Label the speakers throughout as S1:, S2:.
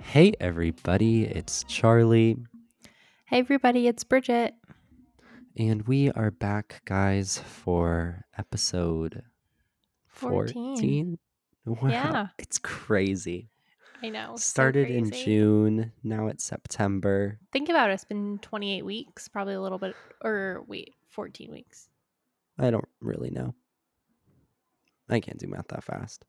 S1: Hey, everybody, it's Charlie,
S2: Hey, everybody, it's Bridget.
S1: and we are back, guys, for episode 14.
S2: 14.
S1: Wow,
S2: Yeah.
S1: it's crazy.
S2: I know. so
S1: Started in
S2: crazy.
S1: June, now it's September.
S2: Think about it. It's been 28 weeks, probably a little bit, or wait, 14 weeks.
S1: I don't really know. I can't do math that fast.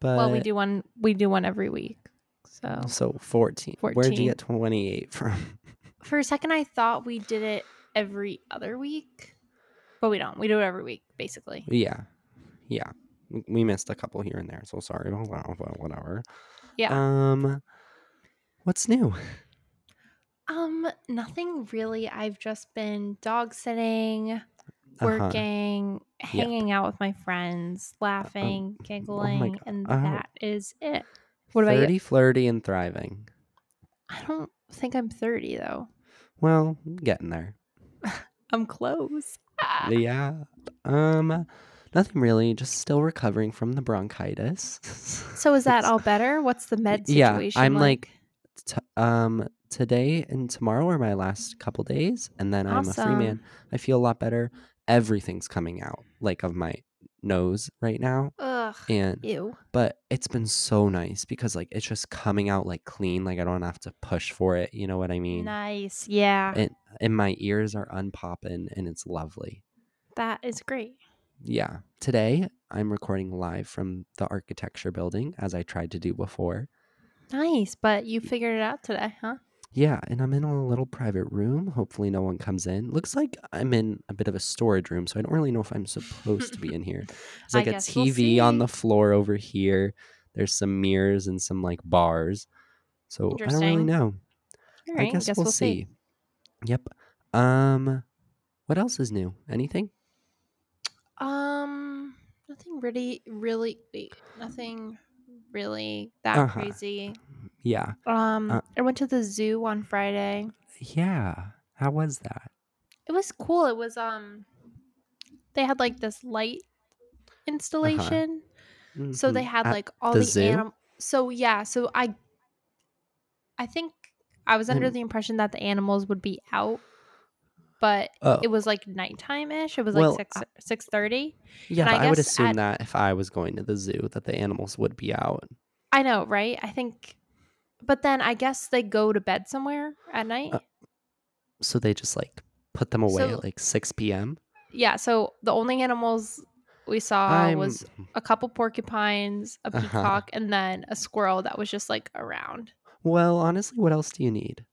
S1: But
S2: well, we do one. We do one every week. So
S1: So 14. Where'd you
S2: 14.
S1: get 28 from?
S2: for a second, I thought we did it every other week, but we don't. We do it every week, basically.
S1: Yeah. Yeah. We- We missed a couple here and there, so sorry about that, but whatever.
S2: Yeah.
S1: Um what's new?
S2: Um, nothing really. I've just been dog sitting,
S1: Uh-huh. Uh,
S2: working, hanging out with my friends,
S1: um, oh
S2: laughing, giggling,
S1: God.
S2: and
S1: Oh.
S2: that is it. What about you?
S1: 30, flirty, and thriving.
S2: I don't think I'm 30 though.
S1: Well, getting there.
S2: I'm close. Ah.
S1: Yeah. Um nothing really, just still recovering from the bronchitis.
S2: So is that all better? What's the med
S1: Yeah,
S2: situation?
S1: I'm, like, t- um today and tomorrow are my last couple days and then i'm a free man i feel a lot better everything's coming out like of my nose right now
S2: Ugh.
S1: and
S2: Ew.
S1: but it's been so nice because like it's just coming out like clean like i don't have to push for it you know what i mean
S2: Nice. Yeah.
S1: and and my ears are unpopping and it's lovely
S2: that is great.
S1: yeah today i'm recording live from the architecture building as i tried to do before
S2: Nice. But you figured it out today, huh?
S1: yeah and i'm in a little private room hopefully no one comes in looks like i'm in a bit of a storage room so i don't really know if i'm supposed to be in here there's
S2: I
S1: like a
S2: guess we'll
S1: tv on the
S2: see.
S1: floor over here there's some mirrors and some like bars so i don't really
S2: Interesting.
S1: know
S2: All right.
S1: I guess, we'll, see. Yep. Um, what else is new? Anything?
S2: Um, nothing really, really, wait, nothing really that
S1: Uh-huh.
S2: crazy.
S1: Yeah.
S2: Um,
S1: Uh,
S2: I went to the zoo on Friday.
S1: Yeah. How was that?
S2: It was cool. It was um they had like this light
S1: Uh-huh.
S2: installation. So they
S1: Mhm.
S2: had
S1: At
S2: like all
S1: the
S2: the,
S1: zoo?
S2: animal So yeah, so I I think I was under
S1: I'm-
S2: the impression that the animals would be out, but
S1: oh,
S2: it was like nighttime ish. It was like
S1: Well,
S2: six
S1: I-
S2: six thirty.
S1: yeah.
S2: and
S1: But I,
S2: I
S1: would
S2: guess
S1: assume
S2: at-
S1: that if I was going to the zoo, that the animals would be out.
S2: I know, right? I think but then I guess they go to bed somewhere at night.
S1: Uh So they just like put them away
S2: So-
S1: at like 6 p.m.
S2: yeah, so the only animals we saw
S1: I'm-
S2: was a couple porcupines, a
S1: Uh-huh.
S2: peacock, and then a squirrel that was just like around.
S1: Well, honestly, what else do you need?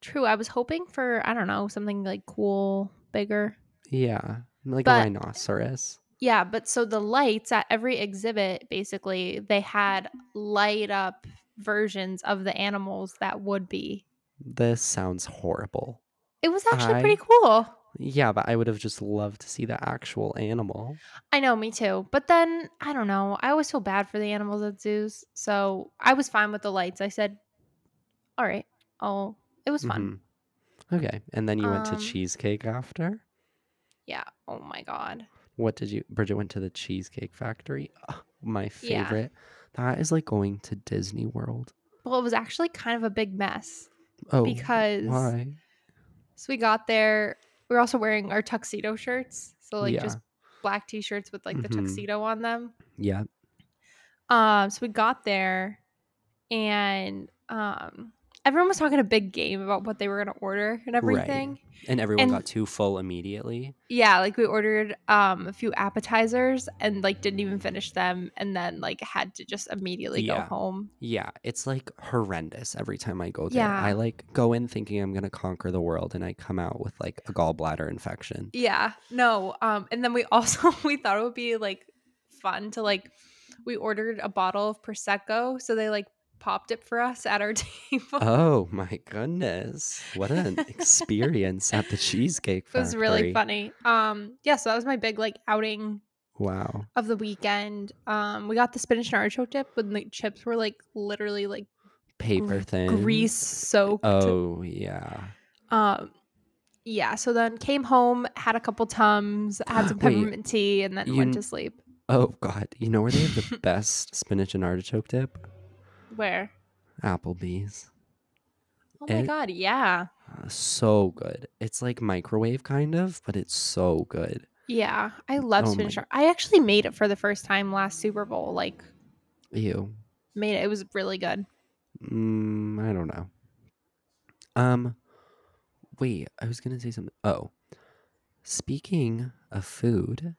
S2: True, I was hoping for I don't know something like cool, bigger.
S1: Yeah. Like a
S2: But-
S1: rhinoceros.
S2: Yeah, but so the lights at every exhibit basically they had light up versions of the animals that would be.
S1: This sounds horrible.
S2: It was actually
S1: I-
S2: pretty cool.
S1: Yeah, but I would have just loved to see the actual animal.
S2: I know, me too. But then I don't know. I always feel bad for the animals at zoos, so I was fine with the lights. I said, "All right, oh, it was fun."
S1: Mhm. Okay. And then you went to
S2: Um,
S1: Cheesecake after?
S2: Yeah.
S1: Mm-hmm.
S2: Oh my god.
S1: What did you Bridget went to the Cheesecake Factory? Ugh, my
S2: Yeah.
S1: favorite. That is like going to Disney World.
S2: Well, it was actually kind of a big mess
S1: Oh
S2: because
S1: why?
S2: so we got there. We were also wearing our tuxedo shirts, so like
S1: Yeah.
S2: just black t-shirts with like the
S1: Mhm.
S2: tuxedo on them.
S1: Yeah.
S2: Um, so we got there, and um, everyone was talking a big game about what they were gonna order and everything.
S1: And everyone
S2: And-
S1: got too full immediately.
S2: Yeah, like we ordered um a few appetizers and like didn't even finish them, and then like had to just immediately go
S1: Yeah.
S2: home.
S1: Yeah, it's like horrendous every time I go there. I
S2: Yeah.
S1: like go in thinking I'm gonna conquer the world and I come out with like a gallbladder infection.
S2: Yeah. No. Um and then we also we thought it would be like fun to like we ordered a bottle of prosecco so they like popped it for us at our table.
S1: Oh my goodness. What an experience at the Cheesecake
S2: it
S1: Factory.
S2: was really funny. Um yeah, so that was my big like outing
S1: Wow.
S2: of the weekend. Um we got the spinach and artichoke dip when the chips were like literally like
S1: Paper thin.
S2: grease soaked.
S1: Oh yeah.
S2: Um yeah, so then came home, had a couple tums, had some
S1: Wait,
S2: peppermint tea, and then
S1: you
S2: went
S1: n-
S2: to sleep.
S1: Oh god. You know where they have the best spinach and artichoke dip?
S2: Where?
S1: Applebee's.
S2: Oh my
S1: It-
S2: god, yeah.
S1: Uh, So good. It's like microwave kind of, but it's so good.
S2: Yeah. I love
S1: Oh
S2: spinach
S1: my-
S2: raw. I actually made it for the first time last Super Bowl. Like
S1: Ew.
S2: made it. It was really good.
S1: Mm, I don't know. Um, wait, I was gonna say something. Oh, speaking of food,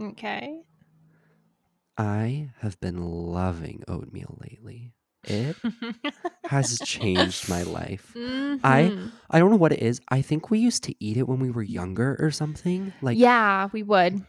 S2: Okay.
S1: I have been loving oatmeal lately. It has changed my life.
S2: Mhm.
S1: I don't know what it is. I think we used to eat it when we were younger or something. Like,
S2: Yeah, we would.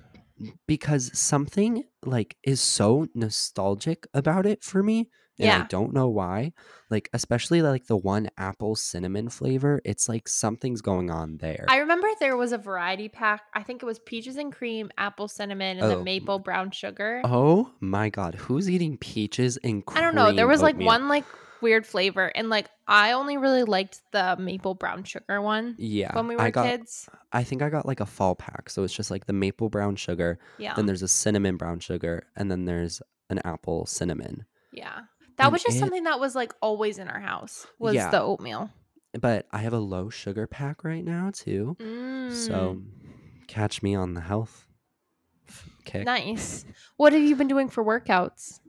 S1: because something like is so nostalgic about it for me and i
S2: Yeah.
S1: don't know why like especially like the one apple cinnamon flavor it's like something's going on there
S2: I remember there was a variety pack. I think it was peaches and cream, apple cinnamon, and
S1: Oh.
S2: the maple brown sugar.
S1: oh my god who's eating peaches and cream
S2: I don't know. There was like
S1: oatmeal?
S2: one like weird flavor, and like I only really liked the maple brown sugar one
S1: yeah
S2: when we were
S1: i got
S2: kids.
S1: i think i got like a fall pack so it's just like the maple brown sugar
S2: Yeah,
S1: then there's a cinnamon brown sugar and then there's an apple cinnamon
S2: yeah. That
S1: and
S2: was just
S1: it-
S2: something that was like always in our house was
S1: Yeah.
S2: the oatmeal.
S1: but i have a low sugar pack right now too So catch me on the health f-
S2: Mm,
S1: kick.
S2: nice. What have you been doing for workouts?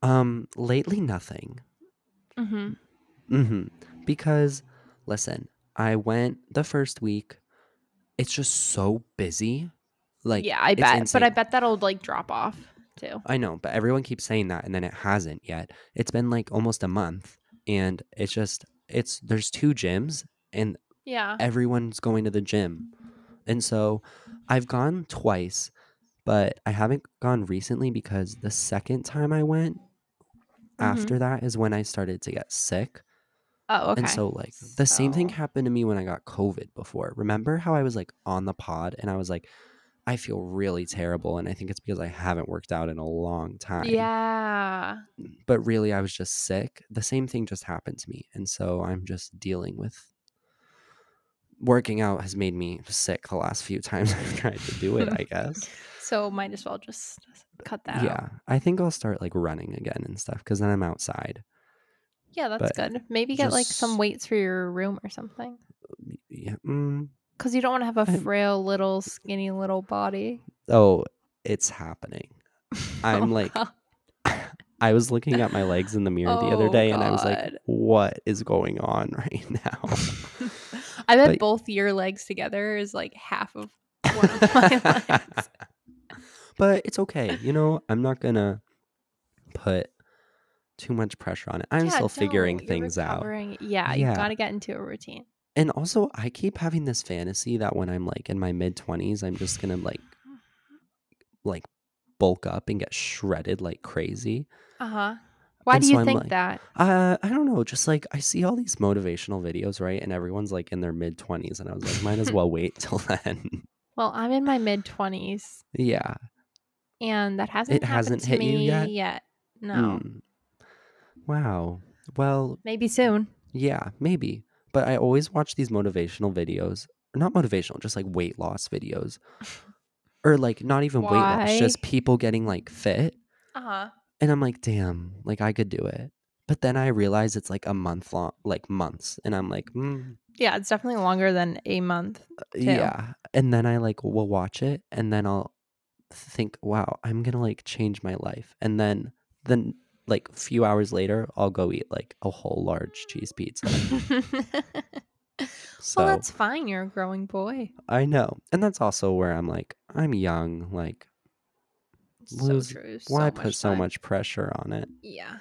S1: Um, lately nothing.
S2: Mm-hmm.
S1: hmm Because listen, I went the first week. It's just so busy. Like
S2: yeah, I
S1: it's
S2: bet, but I
S1: insane.
S2: bet that'll like drop off too.
S1: I know, but everyone keeps saying that, and then it hasn't yet. It's been like almost a month, and it's just it's there's two gyms, and
S2: Yeah.
S1: everyone's going to the gym. And so I've gone twice, but I haven't gone recently because the second time I went
S2: Mm-hmm.
S1: after that is when I started to get sick.
S2: Oh, okay.
S1: And so, like, the same thing
S2: So-
S1: happened to me when I got COVID before. Remember how I was like on the pod and I was like, I feel really terrible. And I think it's because I haven't worked out in a long time.
S2: yeah.
S1: But really, I was just sick. The same thing just happened to me. And so I'm just dealing with working out has made me sick the last few times I've tried to do it, I guess.
S2: So might as well just cut that out.
S1: yeah. I think I'll start like running again and stuff because then I'm outside.
S2: Yeah, that's
S1: But
S2: good. Maybe get like some
S1: just-
S2: weights for your room or something.
S1: Yeah. Mm,
S2: Because you don't want to have a
S1: I-
S2: frail little skinny little body.
S1: oh, it's happening. I'm like,
S2: Oh God.
S1: I was looking at my legs in the mirror the other
S2: Oh,
S1: day and I was like,
S2: God.
S1: what is going on right now?
S2: I bet
S1: but-
S2: both your legs together is like half of one of my legs.
S1: but it's okay. You know, I'm not going to put too much pressure on it. I'm
S2: Yeah,
S1: still figuring
S2: don't. You're
S1: things out.
S2: recovering. Yeah,
S1: Yeah.
S2: you gotta get into a routine.
S1: And also, I keep having this fantasy that when I'm like in my mid 20s, I'm just going to like like bulk up and get shredded like crazy.
S2: Uh huh. Why
S1: And
S2: do
S1: so
S2: you
S1: I'm
S2: think
S1: like-
S2: that?
S1: Uh, I don't know, just like I see all these motivational videos, right? And everyone's like in their mid 20s and I was like might as well wait till then.
S2: Well, I'm in my mid twenties,
S1: yeah.
S2: and that hasn't happened
S1: hasn't
S2: to
S1: hit
S2: me
S1: you yet?
S2: No,
S1: Hmm. Wow. Well,
S2: maybe soon.
S1: yeah, maybe. But I always watch these motivational videos. Not motivational, just like weight loss videos. Or like not even weight
S2: Why?
S1: loss, just people getting like fit.
S2: Uh huh.
S1: And I'm like, damn, like I could do it. But then I realize it's like a month long, like months. And I'm like, mm,
S2: Yeah, it's definitely longer than a month.
S1: yeah. And then I like will watch it and then I'll think, wow, I'm going to like change my life. And then, then like few hours later, I'll go eat like a whole large cheese pizza. So
S2: Well, that's fine. You're a growing boy.
S1: I know. And that's also where I'm like, I'm young. Like,
S2: It's
S1: Lose-
S2: so true.
S1: why
S2: so
S1: put so
S2: time.
S1: much pressure on it?
S2: Yeah.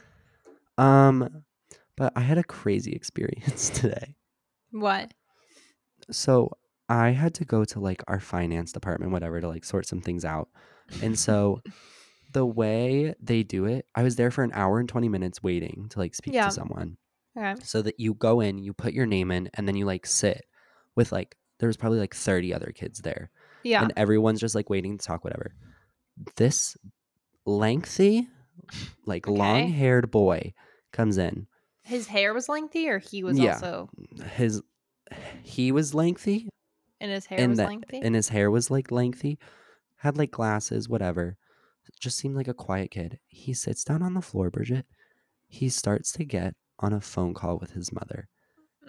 S1: Um, but I had a crazy experience today.
S2: What?
S1: so I had to go to like our finance department, whatever, to like sort some things out. And so the way they do it, I was there for an hour and 20 minutes waiting to like speak
S2: Yeah.
S1: to someone.
S2: Okay.
S1: So that you go in, you put your name in, and then you like sit with like, there was probably like 30 other kids there.
S2: Yeah.
S1: And everyone's just like waiting to talk, whatever. This lengthy, like
S2: Okay.
S1: long haired boy comes in.
S2: His hair was lengthy, or he was
S1: Yeah.
S2: also,
S1: His, he was lengthy
S2: and his hair
S1: and
S2: was
S1: that-
S2: lengthy.
S1: and his hair was like lengthy had like glasses whatever just seemed like a quiet kid he sits down on the floor bridget he starts to get on a phone call with his mother.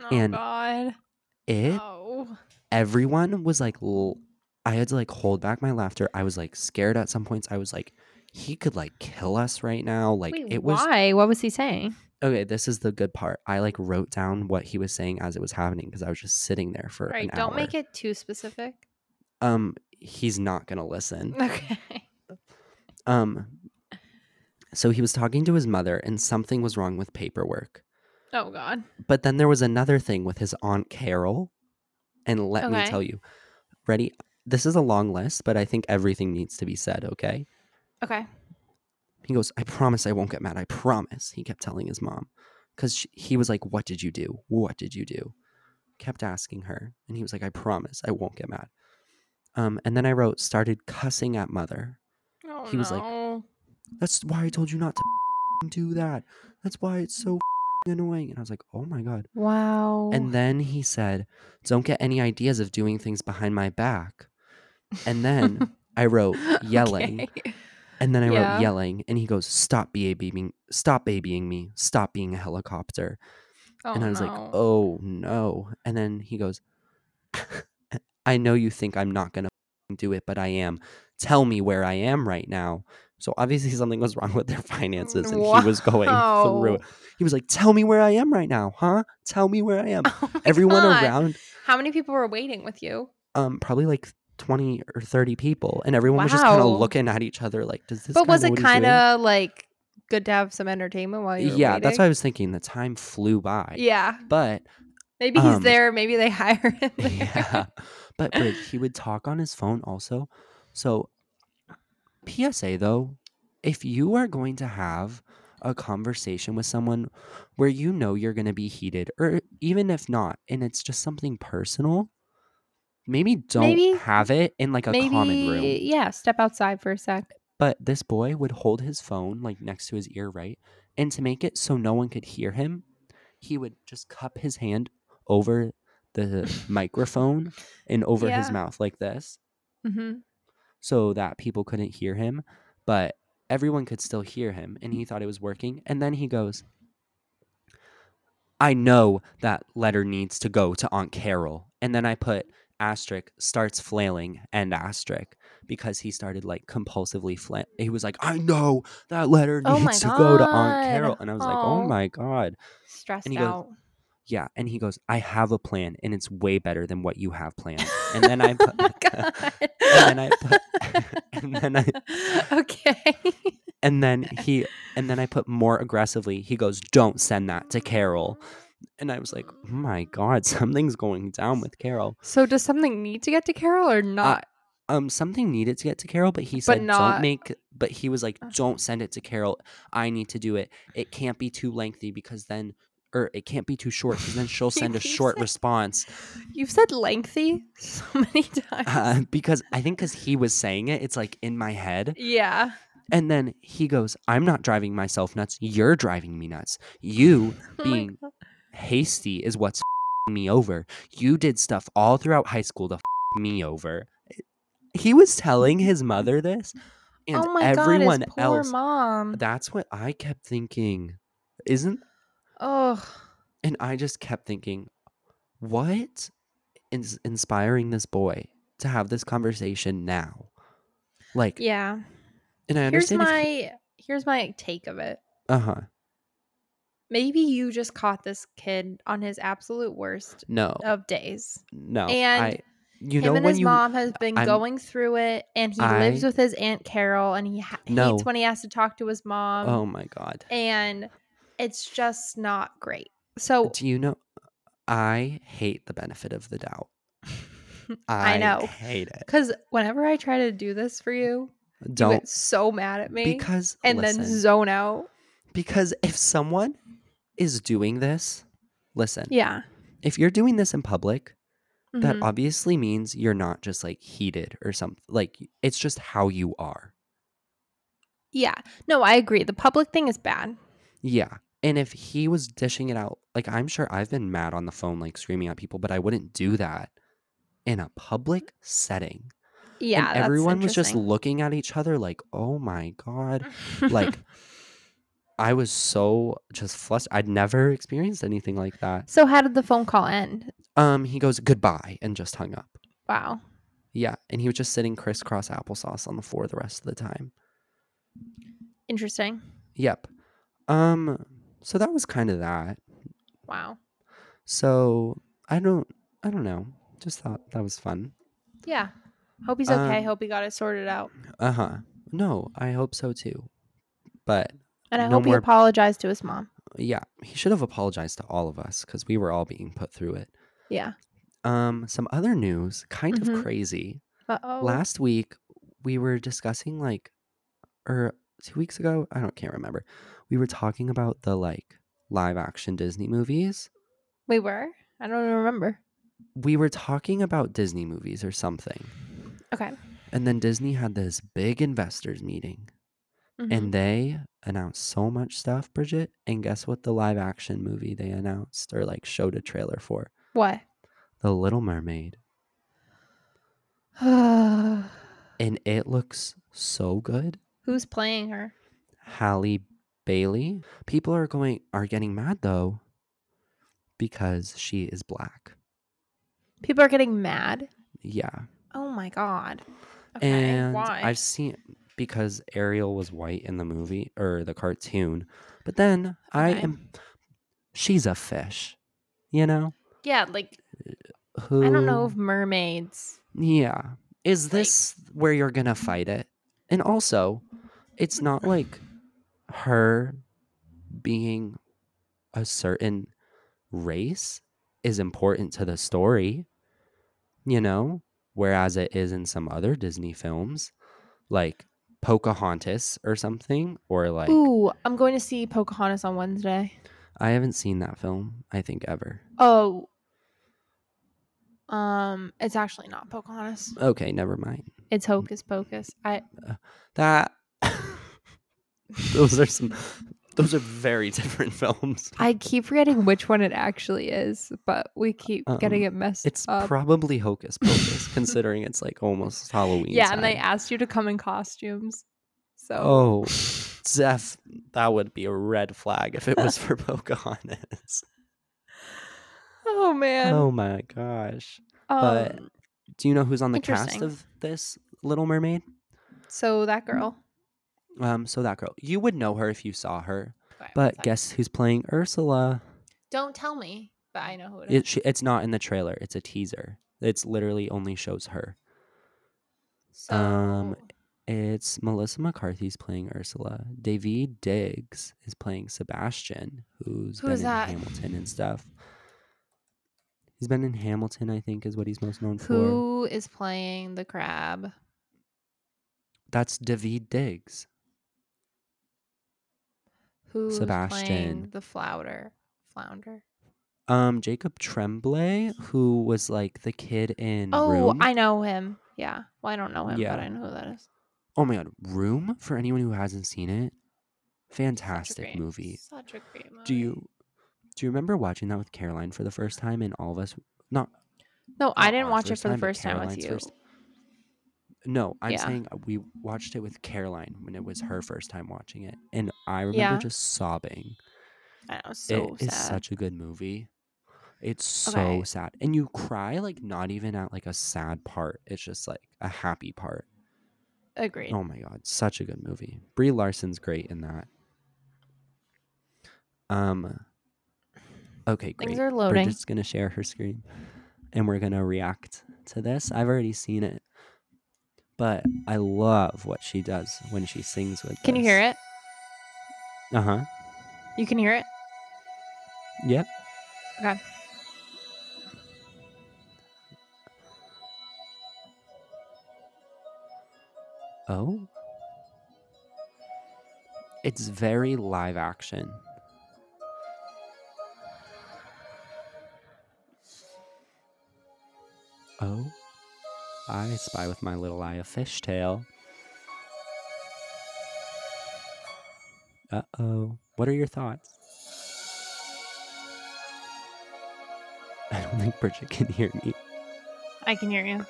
S3: Oh
S1: And
S3: God.
S1: It
S3: oh.
S1: everyone was like l- I had to like hold back my laughter. I was like scared at some points. I was like he could like kill us right now. Like
S2: Wait,
S1: it was
S2: why? What was he saying?
S1: okay, this is the good part. I like wrote down what he was saying as it was happening because I was just sitting there for
S3: Right.
S1: an
S3: Don't
S1: hour.
S3: make it too specific.
S1: Um, he's not gonna listen.
S3: Okay.
S1: Um, so he was talking to his mother, and something was wrong with paperwork.
S3: Oh God.
S1: But then there was another thing with his aunt Carol, and let me
S3: Okay.
S1: tell you, ready. This is a long list, but I think everything needs to be said. Okay.
S3: Okay.
S1: He goes, I promise I won't get mad. I promise. He kept telling his mom because he was like, What did you do? What did you do? Kept asking her. And he was like, I promise I won't get mad. Um, and then I wrote, started cussing at mother.
S3: Oh,
S1: He was like-
S3: no.
S1: That's why I told you not to do that. That's why it's so annoying. And I was like, Oh my God.
S2: Wow.
S1: And then he said, Don't get any ideas of doing things behind my back. And then I wrote, yelling.
S3: Okay.
S1: And then I
S3: Yeah.
S1: wrote yelling, and he goes, "Stop babying, stop babying me, stop being a helicopter."
S3: Oh,
S1: and I was
S3: no.
S1: like, "Oh no!" And then he goes, "I know you think I'm not gonna f***ing do it, but I am. Tell me where I am right now." So obviously something was wrong with their finances, and he was going through
S3: Wow.
S1: it. He was like, "Tell me where I am right now, huh? Tell me where I am."
S3: Oh my
S1: Everyone
S3: God.
S1: around,
S3: How many people were waiting with you?
S1: um, probably like. 20 or 30 people and everyone was just kind
S3: Wow.
S1: of looking at each other like does this
S3: but was
S1: guy
S3: it
S1: know what he's
S3: kind
S1: doing?
S3: of like good to have some entertainment while you were
S1: yeah that's what i
S3: waiting?
S1: was thinking the time flew by
S3: Yeah.
S1: but
S3: Maybe he's
S1: Um,
S3: there. Maybe they hire him there.
S1: yeah but Bridge, he would talk on his phone also so psa though if you are going to have a conversation with someone where you know you're going to be heated or even if not and it's just something personal maybe don't
S2: Maybe-
S1: have it in like a
S2: Maybe,
S1: common room
S2: yeah, step outside for a sec.
S1: But this boy would hold his phone like next to his ear, right? And to make it so no one could hear him, he would just cup his hand over the microphone and over his
S3: Yeah.
S1: mouth like this
S3: hmm
S1: so that people couldn't hear him. But everyone could still hear him. And he thought it was working. And then he goes, I know that letter needs to go to Aunt Carol. And then I put asterisk starts flailing and asterisk because he started like compulsively flail. He was like, I know that letter
S2: Oh my
S1: needs to go to Aunt
S2: God.
S1: Carol. And I was like, oh
S2: Aw.
S1: my God.
S2: Stressed
S1: goes,
S2: out.
S1: Yeah. And he goes, I have a plan and it's way better than what you have planned. And then I put,
S2: oh my god.
S1: and then I put, and then I,
S2: okay.
S1: and then he, and then I put more aggressively, he goes, don't send that to Carol. And I was like, oh my God, something's going down with Carol.
S3: So does something need to get to Carol or not?
S1: um something needed to get to Carol, but he said
S3: not-
S1: don't make but he was like,
S3: Uh.
S1: Don't send it to Carol. I need to do it. It can't be too lengthy because then or it can't be too short because then she'll
S3: He
S1: send a
S3: keeps
S1: short
S3: saying-
S1: response.
S3: You've said lengthy so many times.
S1: Uh, because I think because he was saying it, it's like in my head.
S3: yeah.
S1: And then he goes, I'm not driving myself nuts. You're driving me nuts. You
S3: Oh my
S1: being
S3: God.
S1: hasty is what's f***ing me over. You did stuff all throughout high school to f- me over. He was telling his mother this, and
S2: oh my
S1: everyone
S2: god, his poor
S1: else.
S2: mom.
S1: That's what I kept thinking. Isn't
S2: oh,
S1: and I just kept thinking, what is inspiring this boy to have this conversation now? Like,
S2: yeah.
S1: and I
S2: Here's
S1: understand.
S2: my here's my take of it.
S1: uh huh.
S2: Maybe you just caught this kid on his absolute worst
S1: No,
S2: of days.
S1: Oh, no.
S2: Oh, and
S1: I, you
S2: Him
S1: know
S2: and
S1: when
S2: his
S1: you
S2: mom has been
S1: I'm-
S2: going through it, and he lives
S1: I-
S2: with his aunt Carol, and he ha-
S1: No.
S2: hates when he has to talk to his mom,
S1: oh my god.
S2: and it's just not great. So
S1: Do you know? I hate the benefit of the doubt.
S2: I know.
S1: hate it.
S2: Because whenever I try to do this for you, you
S1: Don't
S2: get so mad at me
S1: because
S2: and then
S1: listen,
S2: zone out.
S1: because if someone is doing this, listen.
S2: Yeah.
S1: If you're doing this in public, that
S2: Mhm.
S1: obviously means you're not just like heated or something. Like it's just how you are.
S2: Yeah. No, I agree. The public thing is bad.
S1: Yeah. And if he was dishing it out, like I'm sure I've been mad on the phone, like screaming at people, but I wouldn't do that in a public setting.
S2: Yeah.
S1: and
S2: that's
S1: everyone was just
S2: interesting.
S1: looking at each other like, oh my God. like I was so just flustered. I'd never experienced anything like that.
S2: So how did the phone call end?
S1: Um, he goes goodbye and just hung up.
S2: Wow.
S1: Yeah, and he was just sitting crisscross applesauce on the floor the rest of the time.
S2: Interesting.
S1: Yep. Um, so that was kind of that.
S2: Wow.
S1: So I don't, I don't know. Just thought that was fun.
S2: Yeah. Hope he's okay.
S1: Um,
S2: Hope he got it sorted out.
S1: Uh huh. No, I hope so too. But
S2: And I
S1: no
S2: hope he
S1: more-
S2: apologized to his mom.
S1: yeah, he should have apologized to all of us because we were all being put through it.
S2: Yeah.
S1: Um, some other news, kind
S2: Mhm.
S1: of crazy.
S2: Uh oh.
S1: Last week we were discussing like, or two weeks ago, I don't can't remember. We were talking about the like live action Disney movies.
S2: we were? I don't even remember.
S1: We were talking about Disney movies or something,
S2: Okay.
S1: and then Disney had this big investors meeting,
S2: Mhm.
S1: and they announced so much stuff, Bridget. And guess what? The live action movie they announced or like showed a trailer for
S2: what?
S1: The Little Mermaid. and it looks so good.
S2: Who's playing her?
S1: Halle Bailey. People are going are getting mad though because she is black.
S2: People are getting mad.
S1: Yeah.
S2: Oh my god. Okay.
S1: and
S2: why?
S1: I've seen because Ariel was white in the movie or the cartoon. But then I
S2: Okay.
S1: am she's a fish. You know?
S2: yeah, like
S1: Who
S2: I don't know if mermaids.
S1: Yeah. Is
S2: Like-
S1: this where you're going to fight it? And also, it's
S2: Mm-hmm.
S1: not like her being a certain race is important to the story, you know? Whereas it is in some other Disney films, like Pocahontas or something, or like
S2: Ooh, I'm going to see Pocahontas on Wednesday.
S1: I haven't seen that film, I think, ever.
S2: Oh. Um, it's actually not Pocahontas.
S1: Okay, never mind.
S2: It's Hocus Pocus. I
S1: That, those are some, those are very different films.
S2: I keep forgetting which one it actually is, but we keep getting
S1: Um,
S2: it messed
S1: It's
S2: up.
S1: probably Hocus Pocus, considering it's like almost Halloween.
S2: yeah, and they
S1: time.
S2: asked you to come in costumes. So
S1: Oh, Zeph, that would be a red flag if it was for Pocahontas.
S2: Oh man.
S1: oh my gosh. but-
S2: Um,
S1: Do you know who's on the cast
S2: Interesting.
S1: of this Little Mermaid?
S2: so that
S1: Mm.
S2: girl.
S1: Um, so that girl, you would know her if you saw her.
S2: Okay, one
S1: But
S2: sec.
S1: guess who's playing Ursula?
S2: don't tell me, but I know who it is.
S1: It, she, it's not in the trailer. It's a teaser. It's literally only shows her.
S2: so
S1: um, It's Melissa McCarthy's playing Ursula. David Diggs is playing Sebastian, who's
S2: Who
S1: been
S2: is
S1: in
S2: that?
S1: Hamilton and stuff. He's been in Hamilton, I think, is what he's most known for.
S2: who is playing the crab?
S1: That's David Diggs.
S2: Who's playing
S1: Sebastian.
S2: the flounder? Flounder.
S1: Um, Jacob Tremblay, who was like the kid in
S2: Oh,
S1: Room.
S2: I know him. Yeah. Well, I don't know him,
S1: Yeah.
S2: but I know who that is.
S1: Oh my god, Room for anyone who hasn't seen it,
S2: Such a
S1: fantastic
S2: great-
S1: movie.
S2: Such a great movie.
S1: Do you do you remember watching that with Caroline for the first time? And all of us, not
S2: No, I
S1: not
S2: didn't
S1: our
S2: watch it
S1: first
S2: for the
S1: Oh, time, but
S2: first time with
S1: Caroline's
S2: you.
S1: first- No, I'm
S2: Yeah.
S1: saying uh, we watched it with Caroline when it was her first time watching it, and I remember
S2: Yeah.
S1: just sobbing.
S2: I know.
S1: It is
S2: So sad.
S1: such a good movie. It's so
S2: Okay.
S1: sad, and you cry like not even at like a sad part. It's just like a happy part.
S2: Agreed.
S1: Oh my god, such a good movie. Brie Larson's great in that. Um. Okay, great.
S2: Things are loading.
S1: Bridget's gonna share her screen, and we're gonna react to this. I've already seen it, but I love what she does when she sings with.
S2: Can you hear it?
S1: Uh huh.
S2: You can hear it?
S1: Yep.
S2: Okay.
S1: Oh. It's very live action. Oh. I spy with my little eye a fishtail. Uh oh. What are your thoughts? I don't think Bridget can hear me.
S2: I can hear you.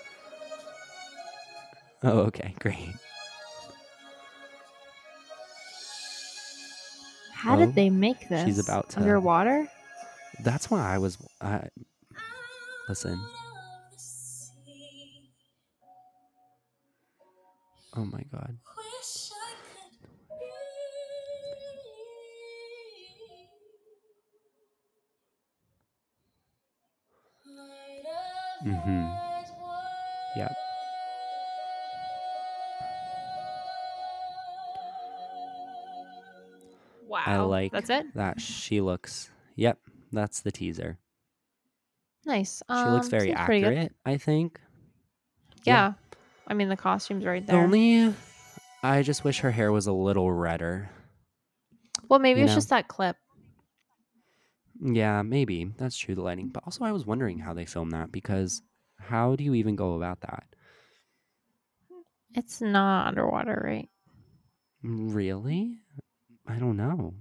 S1: Oh, okay, great.
S2: How
S1: Oh,
S2: did they make this?
S1: she's about to-
S2: underwater.
S1: That's why I was. I listen. Oh my god. Mhm. Yep.
S3: Wow.
S1: like
S3: That's it?
S1: That she looks. Yep, that's the teaser.
S2: Nice.
S1: She looks
S2: Um,
S1: very
S2: seems pretty good.
S1: accurate. I think.
S2: Yeah.
S1: Yeah.
S2: I mean the costume's right
S1: The
S2: there.
S1: only. I just wish her hair was a little redder.
S2: well, maybe
S1: you
S2: it's
S1: know.
S2: just that clip.
S1: Yeah, maybe that's true. The lighting, but also I was wondering how they filmed that because how do you even go about that?
S2: It's not underwater, right?
S1: Really? I don't know.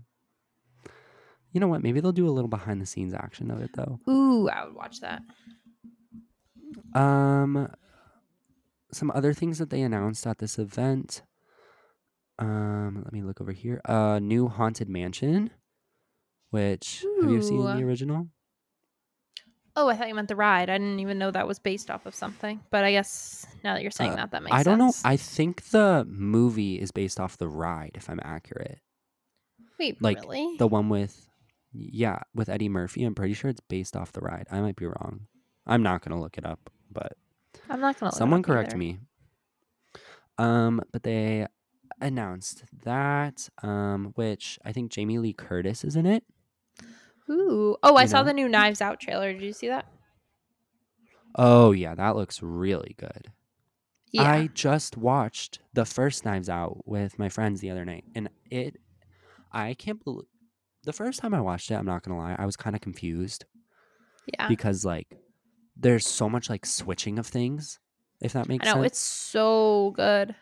S1: You know what? Maybe they'll do a little behind the scenes action of it though.
S2: Ooh, I would watch that.
S1: Um, some other things that they announced at this event. Um, let me look over here. Uh, new haunted mansion, which have you seen the
S2: Ooh.
S1: original?
S2: Oh, I thought you meant the ride. I didn't even know that was based off of something. But I guess now that you're saying
S1: Uh,
S2: that, that makes
S1: I don't know.
S2: sense.
S1: I think the movie is based off the ride, if I'm accurate.
S2: Wait,
S1: like,
S2: really?
S1: The one with, yeah, with Eddie Murphy. I'm pretty sure it's based off the ride. I might be wrong. I'm not gonna look it up, but
S2: I'm not gonna. look it
S1: Someone
S2: up
S1: correct
S2: either.
S1: me. Um, but they announced that, um, which I think Jamie Lee Curtis is in it.
S2: Ooh. Oh, I
S1: You
S2: saw
S1: know?
S2: the new Knives Out trailer. Did you see that?
S1: Oh yeah, that looks really good.
S2: Yeah.
S1: I just watched the first Knives Out with my friends the other night, and it, I can't believe. The first time I watched it, I'm not gonna lie, I was kind of confused
S2: yeah.
S1: because like, there's so much like switching of things, if that makes
S2: I know
S1: sense.
S2: it's so good.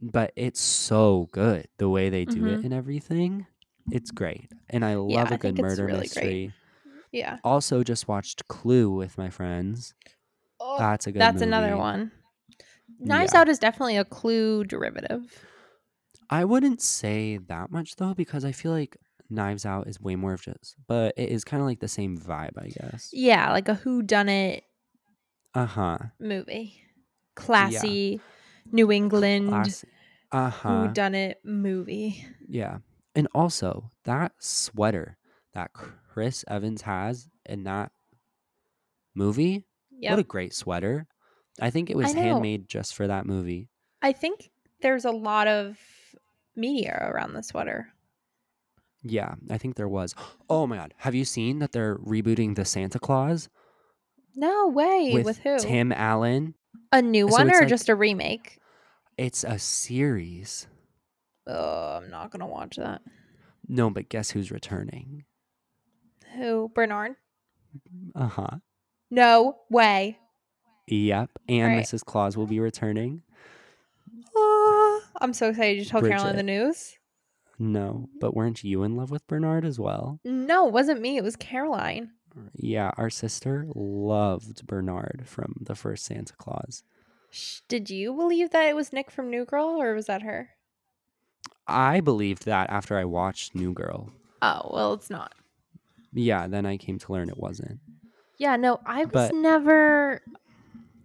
S1: but it's so good the way they do it
S2: Mhm.
S1: and everything. It's great, and I love
S2: Yeah,
S1: a
S2: I
S1: good
S2: think it's
S1: murder
S2: really great.
S1: mystery.
S2: Yeah.
S1: Also, just watched Clue with my friends.
S2: Oh,
S1: That's a good.
S2: that's another
S1: movie.
S2: one. Knives
S1: Yeah.
S2: Out is definitely a Clue derivative.
S1: I wouldn't say that much though, because I feel like Knives Out is way more of just, but it is kind of like the same vibe, I guess.
S2: Yeah, like a Who Done It
S1: Uh huh.
S2: movie, classy, New England
S1: Uh
S2: Who
S1: huh.
S2: Done It movie.
S1: Yeah. And also that sweater that Chris Evans has in that movie.
S2: Yeah,
S1: What a great sweater. I think it was
S2: know.
S1: handmade just for that movie.
S2: I think there's a lot of media around the sweater.
S1: Yeah, I think there was. Oh my god. Have you seen that they're rebooting the Santa Claus
S2: No way. With, who?
S1: Tim Allen?
S2: a new
S1: so
S2: one
S1: it's
S2: or
S1: like-
S2: just a remake?
S1: It's a series.
S2: Oh, I'm not gonna watch that.
S1: No, but guess who's returning?
S2: Who? Bernard?
S1: Uh-huh.
S2: No way.
S1: Yep. And
S2: Alright.
S1: Mrs. Claus will be returning.
S2: Ah, I'm so excited you told Caroline the news.
S1: No, but weren't you in love with Bernard as well?
S2: No, it wasn't me. It was Caroline.
S1: Yeah, our sister loved Bernard from the first Santa Claus.
S2: Sh- Did you believe that it was Nick from New Girl, or was that her?
S1: I believed that after I watched New Girl.
S2: Oh well, it's not.
S1: Yeah, then I came to learn it wasn't.
S2: Yeah, no, I was
S1: But-
S2: never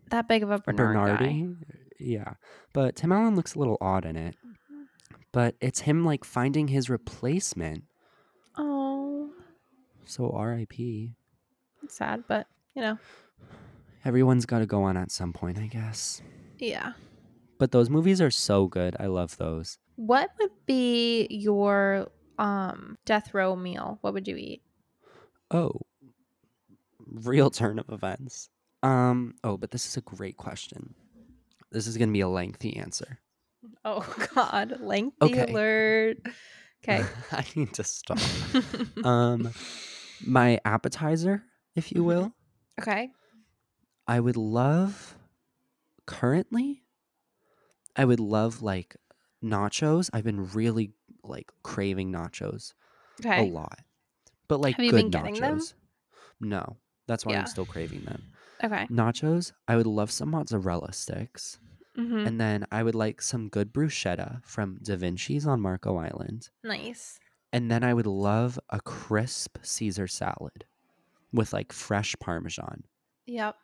S2: that big of a Bernard guy.
S1: Bernardi. Yeah. But Tim Allen looks a little odd in it.
S2: Mm-hmm.
S1: But it's him like finding his replacement.
S2: Oh,
S1: So RIP.
S2: it's sad, but you know,
S1: Everyone's got to go on at some point, I guess.
S2: yeah.
S1: But those movies are so good. I love those.
S2: What would be your um death row meal? What would you eat?
S1: Oh. Real turn of events. Um oh, but this is a great question. This is going to be a lengthy answer.
S2: Oh God, lengthy
S1: Okay.
S2: alert. Okay.
S1: I need to stop. um my appetizer, if you
S2: Mhm.
S1: will,
S2: okay.
S1: I would love currently I would love like nachos. I've been really like craving nachos
S2: Okay.
S1: a lot. But like
S2: Have you
S1: good
S2: been getting
S1: nachos.
S2: them?
S1: No. That's why
S2: Yeah.
S1: I'm still craving them.
S2: Okay.
S1: Nachos, I would love some mozzarella sticks.
S2: hmm
S1: And then I would like some good bruschetta from Da Vinci's on Marco Island.
S2: Nice.
S1: And then I would love a crisp Caesar salad with like fresh Parmesan.
S2: Yep.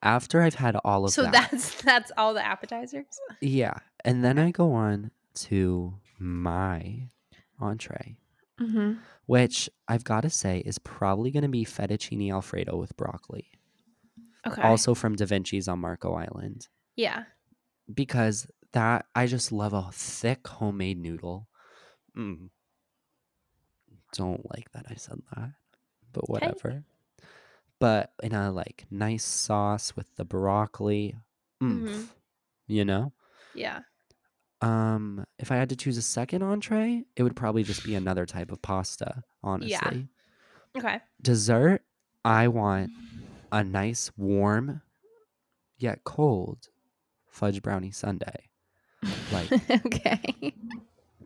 S1: After I've had all of
S2: So
S1: that,
S2: that's that's all the appetizers.
S1: yeah. And then I go on to my entree,
S2: Mm-hmm.
S1: which I've got to say is probably going to be fettuccine alfredo with broccoli,
S2: Okay.
S1: also from Da Vinci's on Marco Island.
S2: yeah.
S1: because that I just love a thick homemade noodle. Mm. Don't like that I said that, but whatever. But in a like nice sauce with the broccoli, mm,
S2: Mhm.
S1: you know.
S2: Yeah.
S1: Um, if I had to choose a second entree, it would probably just be another type of pasta. Honestly,
S2: Okay.
S1: dessert, I want
S2: Mm-hmm.
S1: a nice warm yet cold fudge brownie sundae. Like
S2: okay.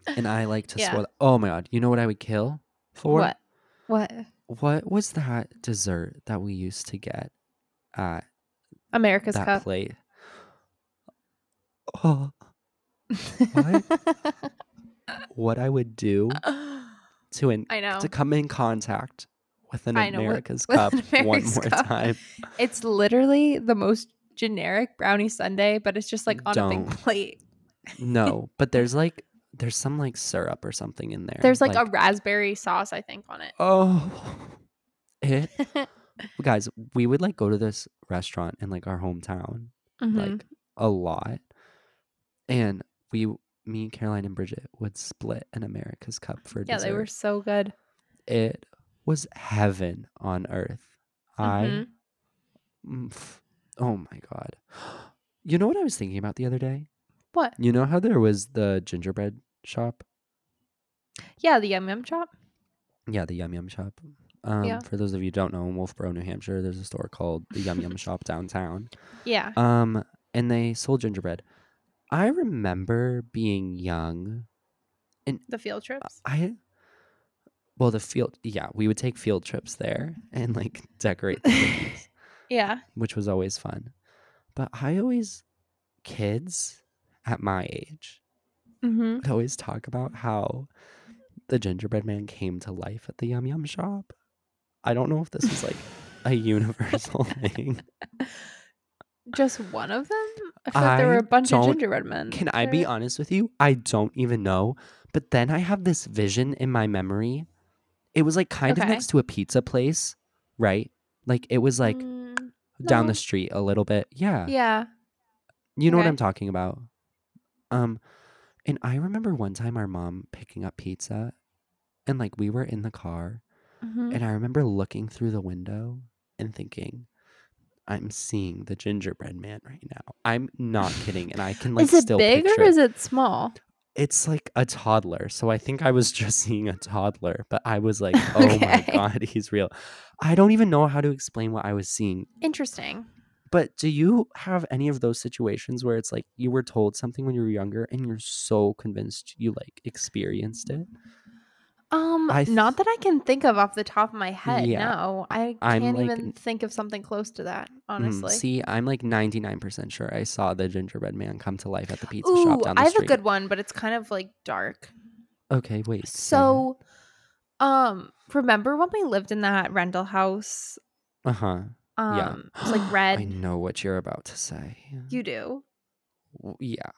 S1: and I like to
S2: Yeah.
S1: swirl. Oh my god! You know what I would kill for?
S2: what? What?
S1: What was that dessert that we used to get at
S2: America's
S1: that
S2: Cup.
S1: plate? Oh, what? what I would do to an,
S3: I know.
S1: to come in contact with an
S3: Oh. I know, with-
S1: America's
S3: with
S1: Cup
S3: an
S1: one
S3: America's
S1: more
S3: Cup.
S1: time.
S3: It's literally the most generic brownie sundae, but it's just like on a big
S1: Don't.
S3: plate.
S1: No, but there's like there's some like syrup or something in there.
S3: There's like, a raspberry sauce, I think, on it.
S1: oh. It
S2: Mm-hmm.
S1: guys, we would like go to this restaurant in like our hometown
S3: Mm-hmm.
S2: Mhm.
S1: like a lot. And we, me, Caroline, and Bridget would split an America's Cup for
S3: Yeah,
S1: dessert.
S3: they were so good.
S1: It was heaven on earth.
S3: Mm-hmm.
S1: I, Mm, pff, oh my god, you know what I was thinking about the other day?
S2: What?
S1: You know how there was the gingerbread shop?
S2: Yeah, the yum yum chop.
S1: Yeah, the Yum Yum Shop. Um,
S2: Yeah.
S1: For those of you who don't know, in Wolfboro, New Hampshire, there's a store called the Yum Yum Shop downtown.
S2: Yeah.
S1: Um, and they sold gingerbread. I remember being young.
S2: The field trips.
S1: I well, the field yeah, we would take field trips there and like decorate the cookies,
S2: Yeah.
S1: which was always fun. But I always kids at my age
S2: Mm-hmm.
S1: would always talk about how the gingerbread man came to life at the yum yum shop. I don't know if this is like a universal thing.
S3: Just one of them? I feel like there were
S1: I
S3: a bunch of
S1: don't-
S3: gingerbread men.
S1: Can I be
S3: there.
S1: honest with you? I don't even know. But then I have this vision in my memory. It was like kind of
S2: Okay.
S1: next to a pizza place, right? Like it was like uh,
S2: Mm,
S1: down
S2: no.
S1: the street a little bit. Yeah.
S2: yeah.
S1: You know what
S2: okay.
S1: I'm talking about. Um and I remember one time our mom picking up pizza and like we were in the car
S2: Mhm.
S1: and I remember looking through the window and thinking I'm seeing the gingerbread man right now. I'm not kidding and I can like
S2: is it
S1: still
S2: big
S1: picture
S2: or is it small?
S1: it's like a toddler. So I think I was just seeing a toddler, but I was like, oh my
S2: Okay.
S1: God, he's real. I don't even know how to explain what I was seeing.
S2: Interesting.
S1: But do you have any of those situations where it's like you were told something when you were younger and you're so convinced you like experienced it?
S2: Um,
S1: I th-
S2: not that I can think of off the top of my head.
S1: Yeah.
S2: No, I
S1: I'm,
S2: can't
S1: like,
S2: even
S1: n-
S2: think of something close to that.
S1: Mm,
S2: Honestly.
S1: see, I'm like 99% sure I saw the gingerbread man come to life at the pizza
S2: Ooh,
S1: shop down the
S2: I have
S1: street.
S2: a good one, but it's kind of like dark.
S1: Okay, wait. say it.
S2: So, um, remember when we lived in that rental house?
S1: uh-huh.
S2: Um,
S1: yeah.
S2: it's like
S1: I
S2: red.
S1: know what you're about to say.
S2: You do.
S1: W- yeah.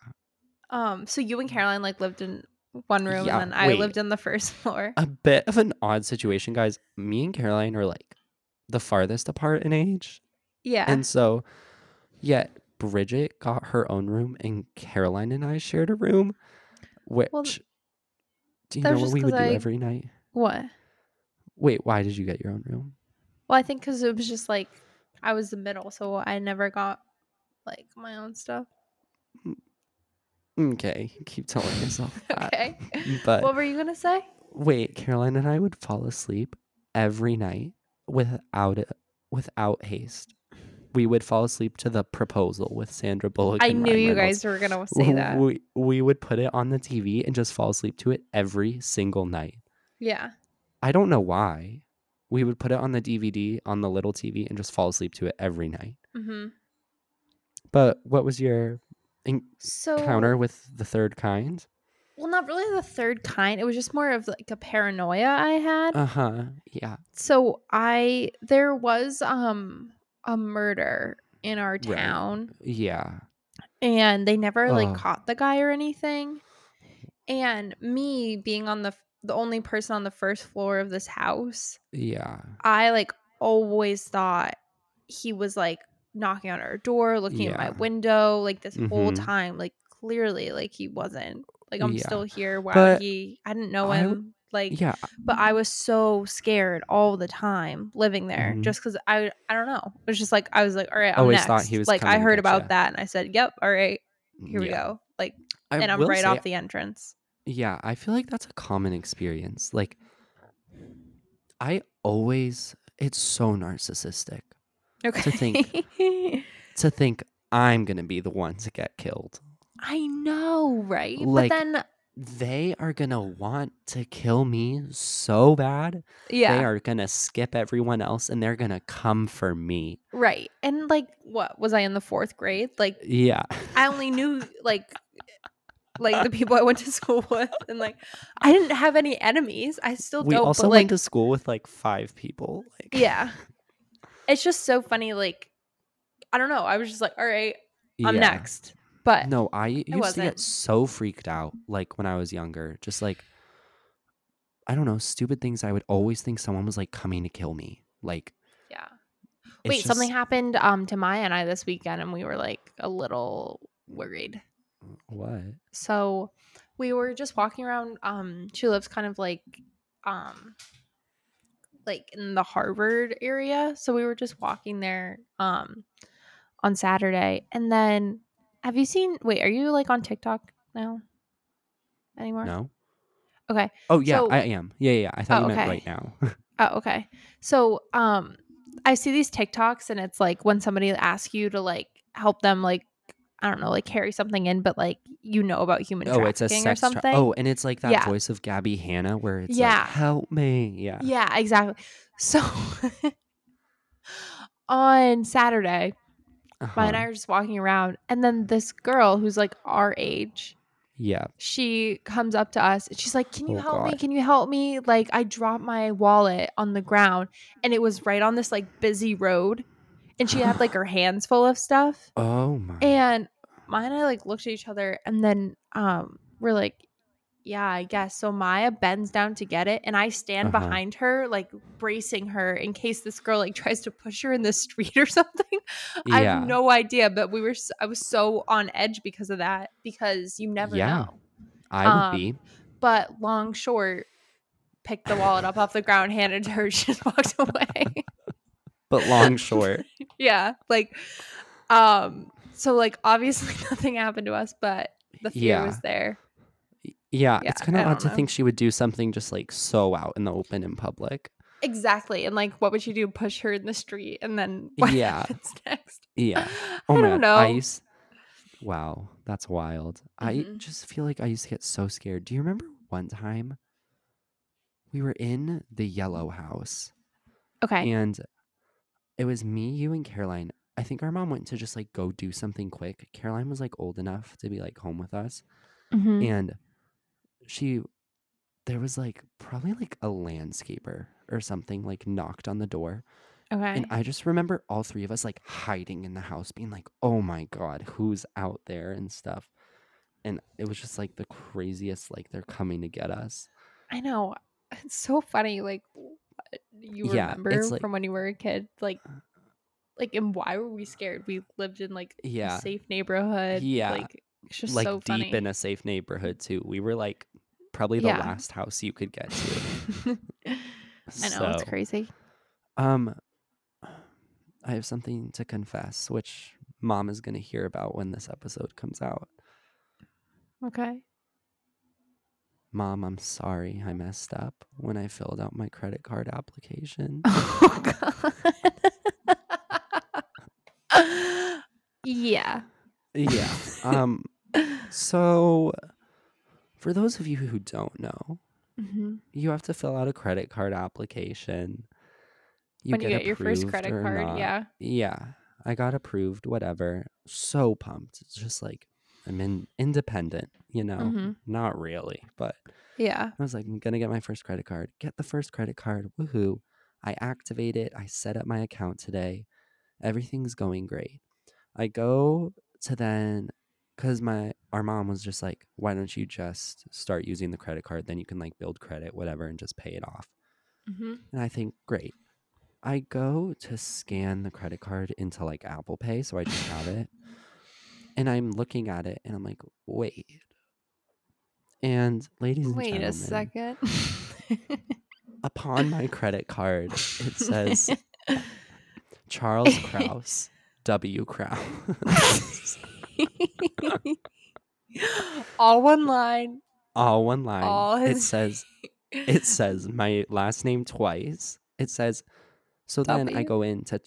S2: Um, so you and Caroline like lived in one room,
S1: Yeah,
S2: and then I
S1: wait. Uh,
S2: lived on the first floor.
S1: a bit of an odd situation, guys. Me and Caroline are like the farthest apart in age.
S2: yeah.
S1: And so, yet Bridget got her own room and Caroline and I shared a room, which do you
S2: that
S1: know
S2: was
S1: what
S2: just
S1: we would
S2: 'cause
S1: do
S2: I-
S1: every night?
S2: what?
S1: Wait, why did you get your own room?
S2: Well, I think because it was just like I was the middle, so I never got like my own stuff.
S1: Okay, keep telling yourself that.
S2: Okay.
S1: Uh, But
S2: what were you gonna say?
S1: wait, Caroline and I would fall asleep every night without it, without haste. We would fall asleep to the proposal with Sandra Bullock.
S2: I
S1: and
S2: knew
S1: Ryan
S2: you
S1: Reynolds.
S2: guys were gonna say that.
S1: We, we would put it on the TV and just fall asleep to it every single night.
S2: Yeah.
S1: I don't know why. We would put it on the DVD on the little TV and just fall asleep to it every night.
S2: hmm
S1: But what was your
S2: So
S1: encounter with the third kind?
S2: Well, not really the third kind. It was just more of like a paranoia I had.
S1: Uh huh. Yeah.
S2: so I there was um a murder in our
S1: Right.
S2: town
S1: Yeah.
S2: and they never like
S1: Ugh.
S2: caught the guy or anything. And me being on the f- the only person on the first floor of this house,
S1: Yeah.
S2: I like always thought he was like knocking on our door, looking at my
S1: Yeah.
S2: window, like this whole
S1: Mhm.
S2: time. Like clearly, like he wasn't. Like I'm
S1: Yeah.
S2: still here. Wow,
S1: But
S2: he. I didn't know
S1: I
S2: him.
S1: w-
S2: like,
S1: Yeah.
S2: but I was so scared all the time living there,
S1: Mhm.
S2: just because I. I don't know. It was just like I was like, all right, I'm
S1: Always
S2: next.
S1: thought he was
S2: like I
S1: coming to
S2: heard
S1: get
S2: about
S1: ya.
S2: that, and I said, yep, all right, here we
S1: yeah.
S2: go. Like,
S1: I
S2: and I'm
S1: will
S2: right
S1: say,
S2: off the entrance.
S1: Yeah, I feel like that's a common experience. Like, I always, it's so narcissistic
S2: Okay.
S1: think- to think I'm going to be the one to get killed.
S2: I know, right?
S1: Like,
S2: but then,
S1: They are going to want to kill me so bad.
S2: yeah,
S1: They are going to skip everyone else and they're going to come for me.
S2: Right. And like what was I in the 4th grade? Like
S1: Yeah.
S2: I only knew like like the people I went to school with and like I didn't have any enemies. I still
S1: we
S2: don't
S1: also
S2: but
S1: went
S2: like
S1: to school with like five people. Like,
S2: yeah. It's just so funny like I don't know. I was just like, "All right, I'm
S1: yeah.
S2: next." But
S1: No, I used to
S2: wasn't.
S1: get so freaked out like when I was younger. Just like I don't know, stupid things I would always think someone was like coming to kill me. Like
S2: yeah.
S1: it's
S2: Wait, something
S1: just-
S2: happened um to Maya and I this weekend and we were like a little worried.
S1: What?
S2: So we were just walking around. Um, she lives kind of like, um, like in the Harvard area. So we were just walking there, um, on Saturday. And then, have you seen? Wait, are you like on TikTok now? Anymore?
S1: No.
S2: Okay.
S1: Oh yeah,
S2: So-
S1: I am. Yeah, yeah. yeah. I thought
S2: Oh,
S1: you meant
S2: okay.
S1: right now.
S2: Oh, okay. So, um, I see these TikToks, and it's like when somebody asks you to like help them, like I don't know, like carry something in, but like you know about human
S1: oh,
S2: trafficking
S1: it's a
S2: or
S1: sex. tra-
S2: something.
S1: oh, and it's like that
S2: Yeah.
S1: voice of Gabby Hanna where it's
S2: Yeah.
S1: like, "Help me." Yeah.
S2: Yeah, exactly. So on Saturday, Maya and I
S1: Uh-huh.
S2: are just walking around, and then this girl who's like our age,
S1: Yeah.
S2: she comes up to us and she's like, Can you
S1: Oh,
S2: help me?
S1: God.
S2: Can you help me? Like, I dropped my wallet on the ground and it was right on this like busy road, and she had like her hands full of stuff.
S1: Oh my.
S2: And Maya and I like looked at each other and then um we're like, Yeah, I guess. So Maya bends down to get it and I stand
S1: Uh-huh.
S2: behind her, like bracing her in case this girl like tries to push her in the street or something. I
S1: yeah.
S2: have no idea, but we were s- I was so on edge because of that, because you never
S1: Yeah.
S2: know.
S1: I would
S2: um,
S1: be.
S2: But long short picked the wallet up off the ground, handed it to her, she just walked away.
S1: But long short.
S2: yeah. Like um so like obviously nothing happened to us, but the fear
S1: Yeah.
S2: was there.
S1: Yeah,
S2: Yeah,
S1: it's kind
S2: I
S1: of odd
S2: don't
S1: to
S2: know.
S1: think she would do something just like so out in the open in public.
S2: Exactly. And like what would you do? Push her in the street and then what
S1: Yeah.
S2: happens next?
S1: Yeah. Oh
S2: I
S1: my
S2: don't
S1: God, I
S2: know.
S1: used, wow, that's wild. I
S2: Mhm.
S1: just feel like I used to get so scared. Do you remember one time we were in the yellow
S2: Mm-hmm.
S1: house
S2: Okay.
S1: and it was me, you, and Caroline. I think our mom went to just like go do something quick. Caroline was like old enough to be like home with us.
S2: Mhm.
S1: and she there was like probably like a landscaper or something like knocked on the door
S2: Okay.
S1: and i just remember all three of us like hiding in the house being like oh my god who's out there and stuff and it was just like the craziest like they're coming to get us
S2: I know. It's so funny, like what you
S1: Yeah,
S2: remember
S1: it's like- Uh.
S2: from when you were a kid. Like like and why were we scared? We lived in like
S1: yeah
S2: a safe neighborhood.
S1: Yeah.
S2: Like it's just
S1: like
S2: so
S1: deep
S2: funny.
S1: in a safe neighborhood too we were like probably the
S2: Yeah.
S1: last house you could get to
S2: I know, it's
S1: So,
S2: crazy.
S1: um i have something to confess which mom is going to hear about when this episode comes out
S2: Okay.
S1: Mom, I'm sorry I messed up when I filled out my credit card application.
S2: Oh god. yeah.
S1: yeah. Um so for those of you who don't know,
S2: Mhm.
S1: you have to fill out a credit card application. You
S2: when you get your first
S1: approved
S2: credit
S1: or
S2: card,
S1: not.
S2: yeah.
S1: Yeah. I got approved, whatever. So pumped. It's just like I'm in, independent, you know,
S2: Mhm.
S1: not really, but
S2: Yeah.
S1: I was like, I'm gonna get my first credit card. Get the first credit card. Woohoo. I activate it. I set up my account today. Everything's going great. I go to then because my our mom was just like, why don't you just start using the credit card? Then you can like build credit, whatever, and just pay it off.
S2: Mm-hmm.
S1: And I think, great. I go to scan the credit card into like Apple Pay, so I just have it. And I'm looking at it and I'm like, wait. And ladies and
S2: Wait
S1: gentlemen,
S2: a second.
S1: upon my credit card, it says Charles Kraus, W. Kraus.
S2: All one line.
S1: All one line.
S2: All
S1: It
S2: his-
S1: says it says my last name twice. It says so then I
S2: W?
S1: go into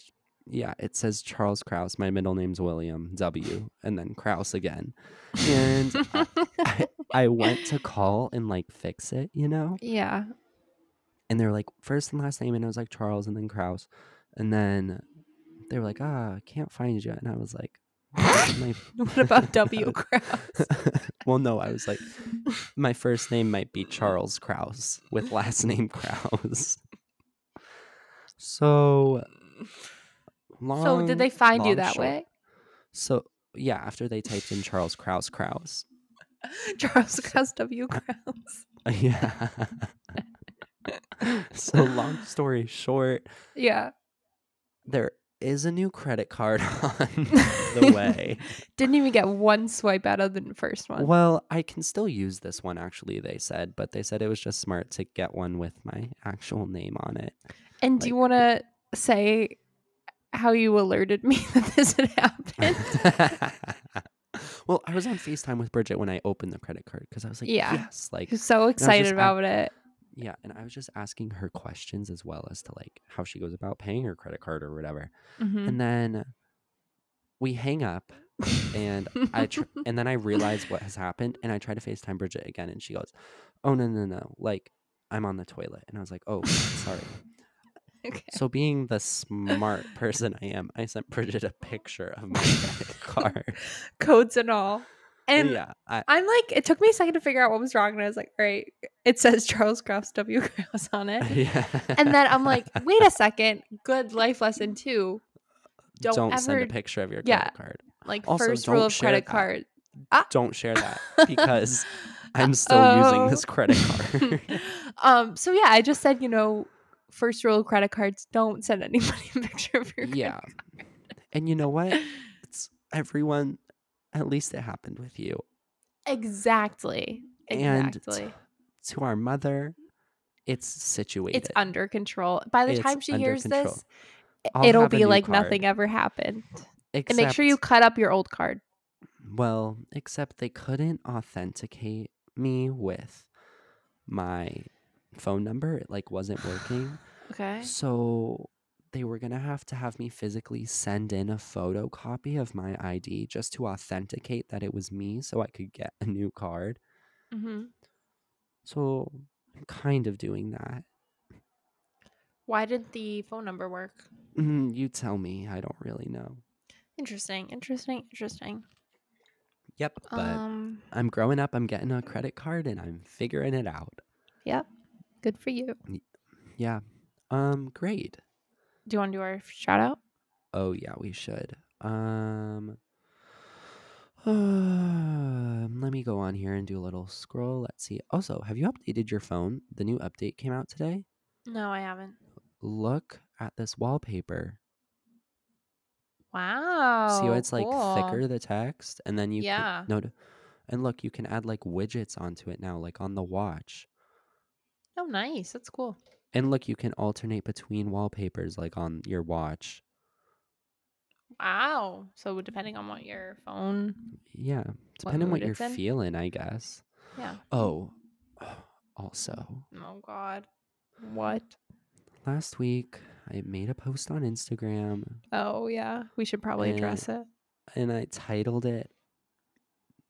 S1: yeah, it says Charles Kraus. My middle name's William W, and then Kraus again. And I, I, I went to call and like fix it, you know.
S2: Yeah.
S1: and they were like first and last name and it was like charles and then kraus and then they were like ah can't find you and i was like my-
S2: What about W Kraus?
S1: well no i was like my first name might be charles kraus with last name kraus so long
S2: So did they find you
S1: long,
S2: that
S1: short-
S2: way?
S1: so yeah after they typed in charles kraus kraus
S2: Charles Kraus, W Kraus.
S1: yeah so long story short
S2: Yeah.
S1: there is a new credit card on the way.
S2: Didn't even get one swipe out of the first one.
S1: well, I can still use this one, actually, they said, but they said it was just smart to get one with my actual name on it.
S2: and do you want to say how you alerted me that this had happened?
S1: well, I was on FaceTime with Bridget when I opened the credit card because I was like,
S2: Yeah.
S1: yes, like,
S2: You're so excited
S1: act-
S2: about it.
S1: yeah. And I was just asking her questions as well as to like how she goes about paying her credit card or whatever.
S2: Mhm.
S1: And then we hang up and I tr- and then I realize what has happened, and I try to FaceTime Bridget again, and she goes, "Oh no no no! Like I'm on the toilet," and I was like, "Oh sorry."
S2: Okay.
S1: So being the smart person I am, I sent Bridget a picture of my credit card.
S2: Codes and all. And
S1: yeah, I,
S2: I'm like, it took me a second to figure out what was wrong. And I was like, all right, it says Charles Kraus W. Kraus on it.
S1: yeah.
S2: And then I'm like, wait a second, good life lesson too. don't
S1: send a
S2: ever-
S1: picture of your credit
S2: yeah.
S1: card.
S2: Like
S1: Also,
S2: first
S1: don't
S2: rule of
S1: share
S2: credit
S1: that.
S2: card.
S1: Don't share that because I'm still using
S2: Oh.
S1: this credit card.
S2: um, so yeah, I just said, you know, first rule of credit cards, don't send anybody a picture of your credit
S1: yeah, and you know what? It's everyone. At least it happened with you.
S2: Exactly.
S1: And t-
S2: Exactly.
S1: to our mother, it's situated.
S2: It's under control. By the
S1: It's
S2: time she
S1: under
S2: hears
S1: control.
S2: this, i-
S1: I'll
S2: it'll
S1: have a
S2: be
S1: new
S2: like
S1: card,
S2: nothing ever happened.
S1: Except,
S2: And make sure you cut up your old card.
S1: Well, except they couldn't authenticate me with my phone number. It like wasn't working.
S2: Okay.
S1: So they were gonna have to have me physically send in a photocopy of my ID just to authenticate that it was me, so I could get a new card.
S2: Mm-hmm.
S1: So I'm kind of doing that.
S2: Why did the phone number work?
S1: Mm, you tell me. I don't really know.
S2: Interesting. Interesting. Interesting.
S1: Yep, but.
S2: um,
S1: I'm growing up, I'm getting a credit card and I'm figuring it out.
S2: good for you.
S1: Yeah. Um great.
S2: Do you want to do our shout out?
S1: Oh yeah, we should. Um um, let me go on here and do a little scroll. Let's see. Also, have you updated your phone? The new update came out today.
S2: No, I haven't.
S1: Look at this wallpaper.
S2: Wow.
S1: see how it's like
S2: Oh, cool.
S1: thicker the text, and then you Can,
S2: Yeah.
S1: no, and look, you can add like widgets onto it now, like on the watch.
S2: Oh, nice. That's cool.
S1: And look, you can alternate between wallpapers, like on your watch.
S2: Wow. So depending on what your phone.
S1: Yeah, depending on what
S2: mood
S1: you're
S2: it's in.
S1: feeling, I guess.
S2: Yeah.
S1: Oh, also,
S2: Oh God. What?
S1: last week I made a post on Instagram
S2: Oh yeah. We should probably
S1: Yeah.
S2: address it.
S1: and I titled it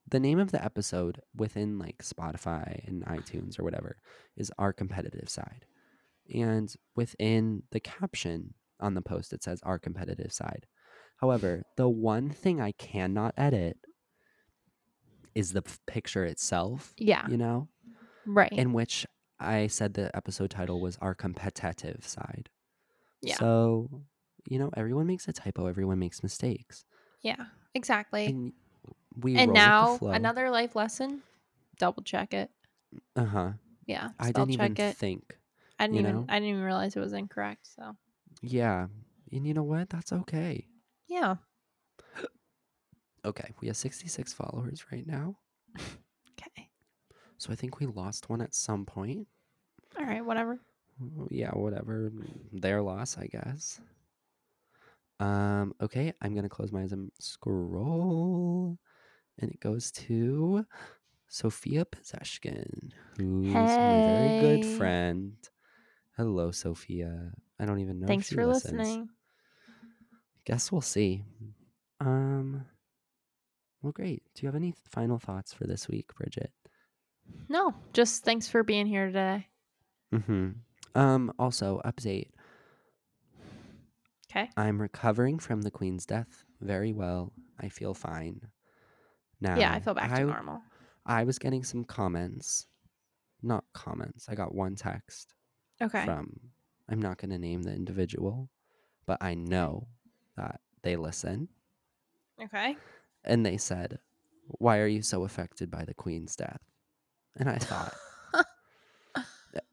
S1: the name of the episode within like Spotify and iTunes or whatever is Our Competitive Side. And within the caption on the post, it says Our Competitive Side. However, the one thing I cannot edit is the f- picture itself,
S2: Yeah.
S1: you know?
S2: Right.
S1: In which I said the episode title was Our Competitive Side.
S2: Yeah.
S1: So, you know, everyone makes a typo, everyone makes mistakes.
S2: yeah. Exactly.
S1: And we
S2: and
S1: roll
S2: now
S1: with the flow.
S2: another life lesson double check it
S1: uh-huh.
S2: yeah
S1: I
S2: spell
S1: didn't even
S2: check it
S1: think.
S2: i didn't
S1: you
S2: even
S1: know?
S2: i didn't even realize it was incorrect so
S1: Yeah. And you know what? That's okay.
S2: yeah
S1: Okay, we have 66 followers right now.
S2: okay
S1: So I think we lost one at some point.
S2: all right whatever
S1: Mm, Yeah, whatever. Their loss, I guess. Um, okay, I'm gonna close my eyes and scroll. And it goes to Sophia Posseshkin, who's my very
S2: Hey.
S1: good friend. Hello, Sophia. I don't even know. if
S2: thanks
S1: she
S2: for
S1: listens.
S2: listening
S1: Guess we'll see. Um well great. Do you have any final thoughts for this week, Bridget?
S2: no just thanks for being here today
S1: Mm-hmm. Um, also, update.
S2: 'Kay.
S1: I'm recovering from the queen's death very well. I feel fine. Now,
S2: yeah i feel back
S1: Um, I,
S2: to normal
S1: I was getting some comments. Not comments. I got one text
S2: okay
S1: from, I'm not going to name the individual, but I know that they listen.
S2: okay
S1: And they said, Why are you so affected by the queen's death? And I thought,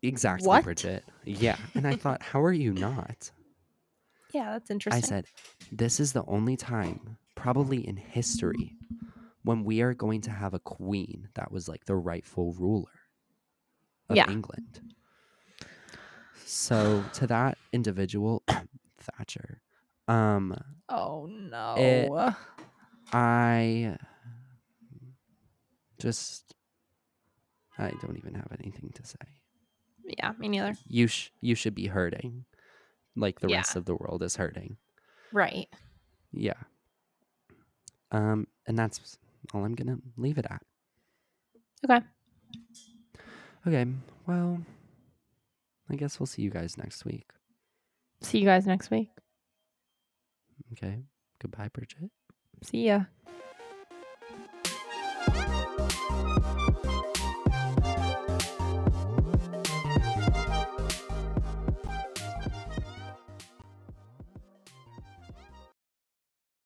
S1: Exactly,
S2: What?
S1: Bridget. Yeah. And I thought, How are you not?
S2: yeah that's interesting
S1: I said, this is the only time, probably in history, when we are going to have a queen that was like the rightful ruler of
S2: Yeah.
S1: England. So to that individual, Thatcher, um,
S2: oh no
S1: I just I don't even have anything to say.
S2: yeah me neither
S1: You sh- you should be hurting, like the
S2: Yeah.
S1: rest of the world is hurting.
S2: right
S1: Yeah. Um, and that's all I'm gonna leave it at.
S2: Okay.
S1: Okay. Well, I guess we'll see you guys next week.
S2: see you guys next week
S1: Okay. Goodbye, Bridget.
S2: see ya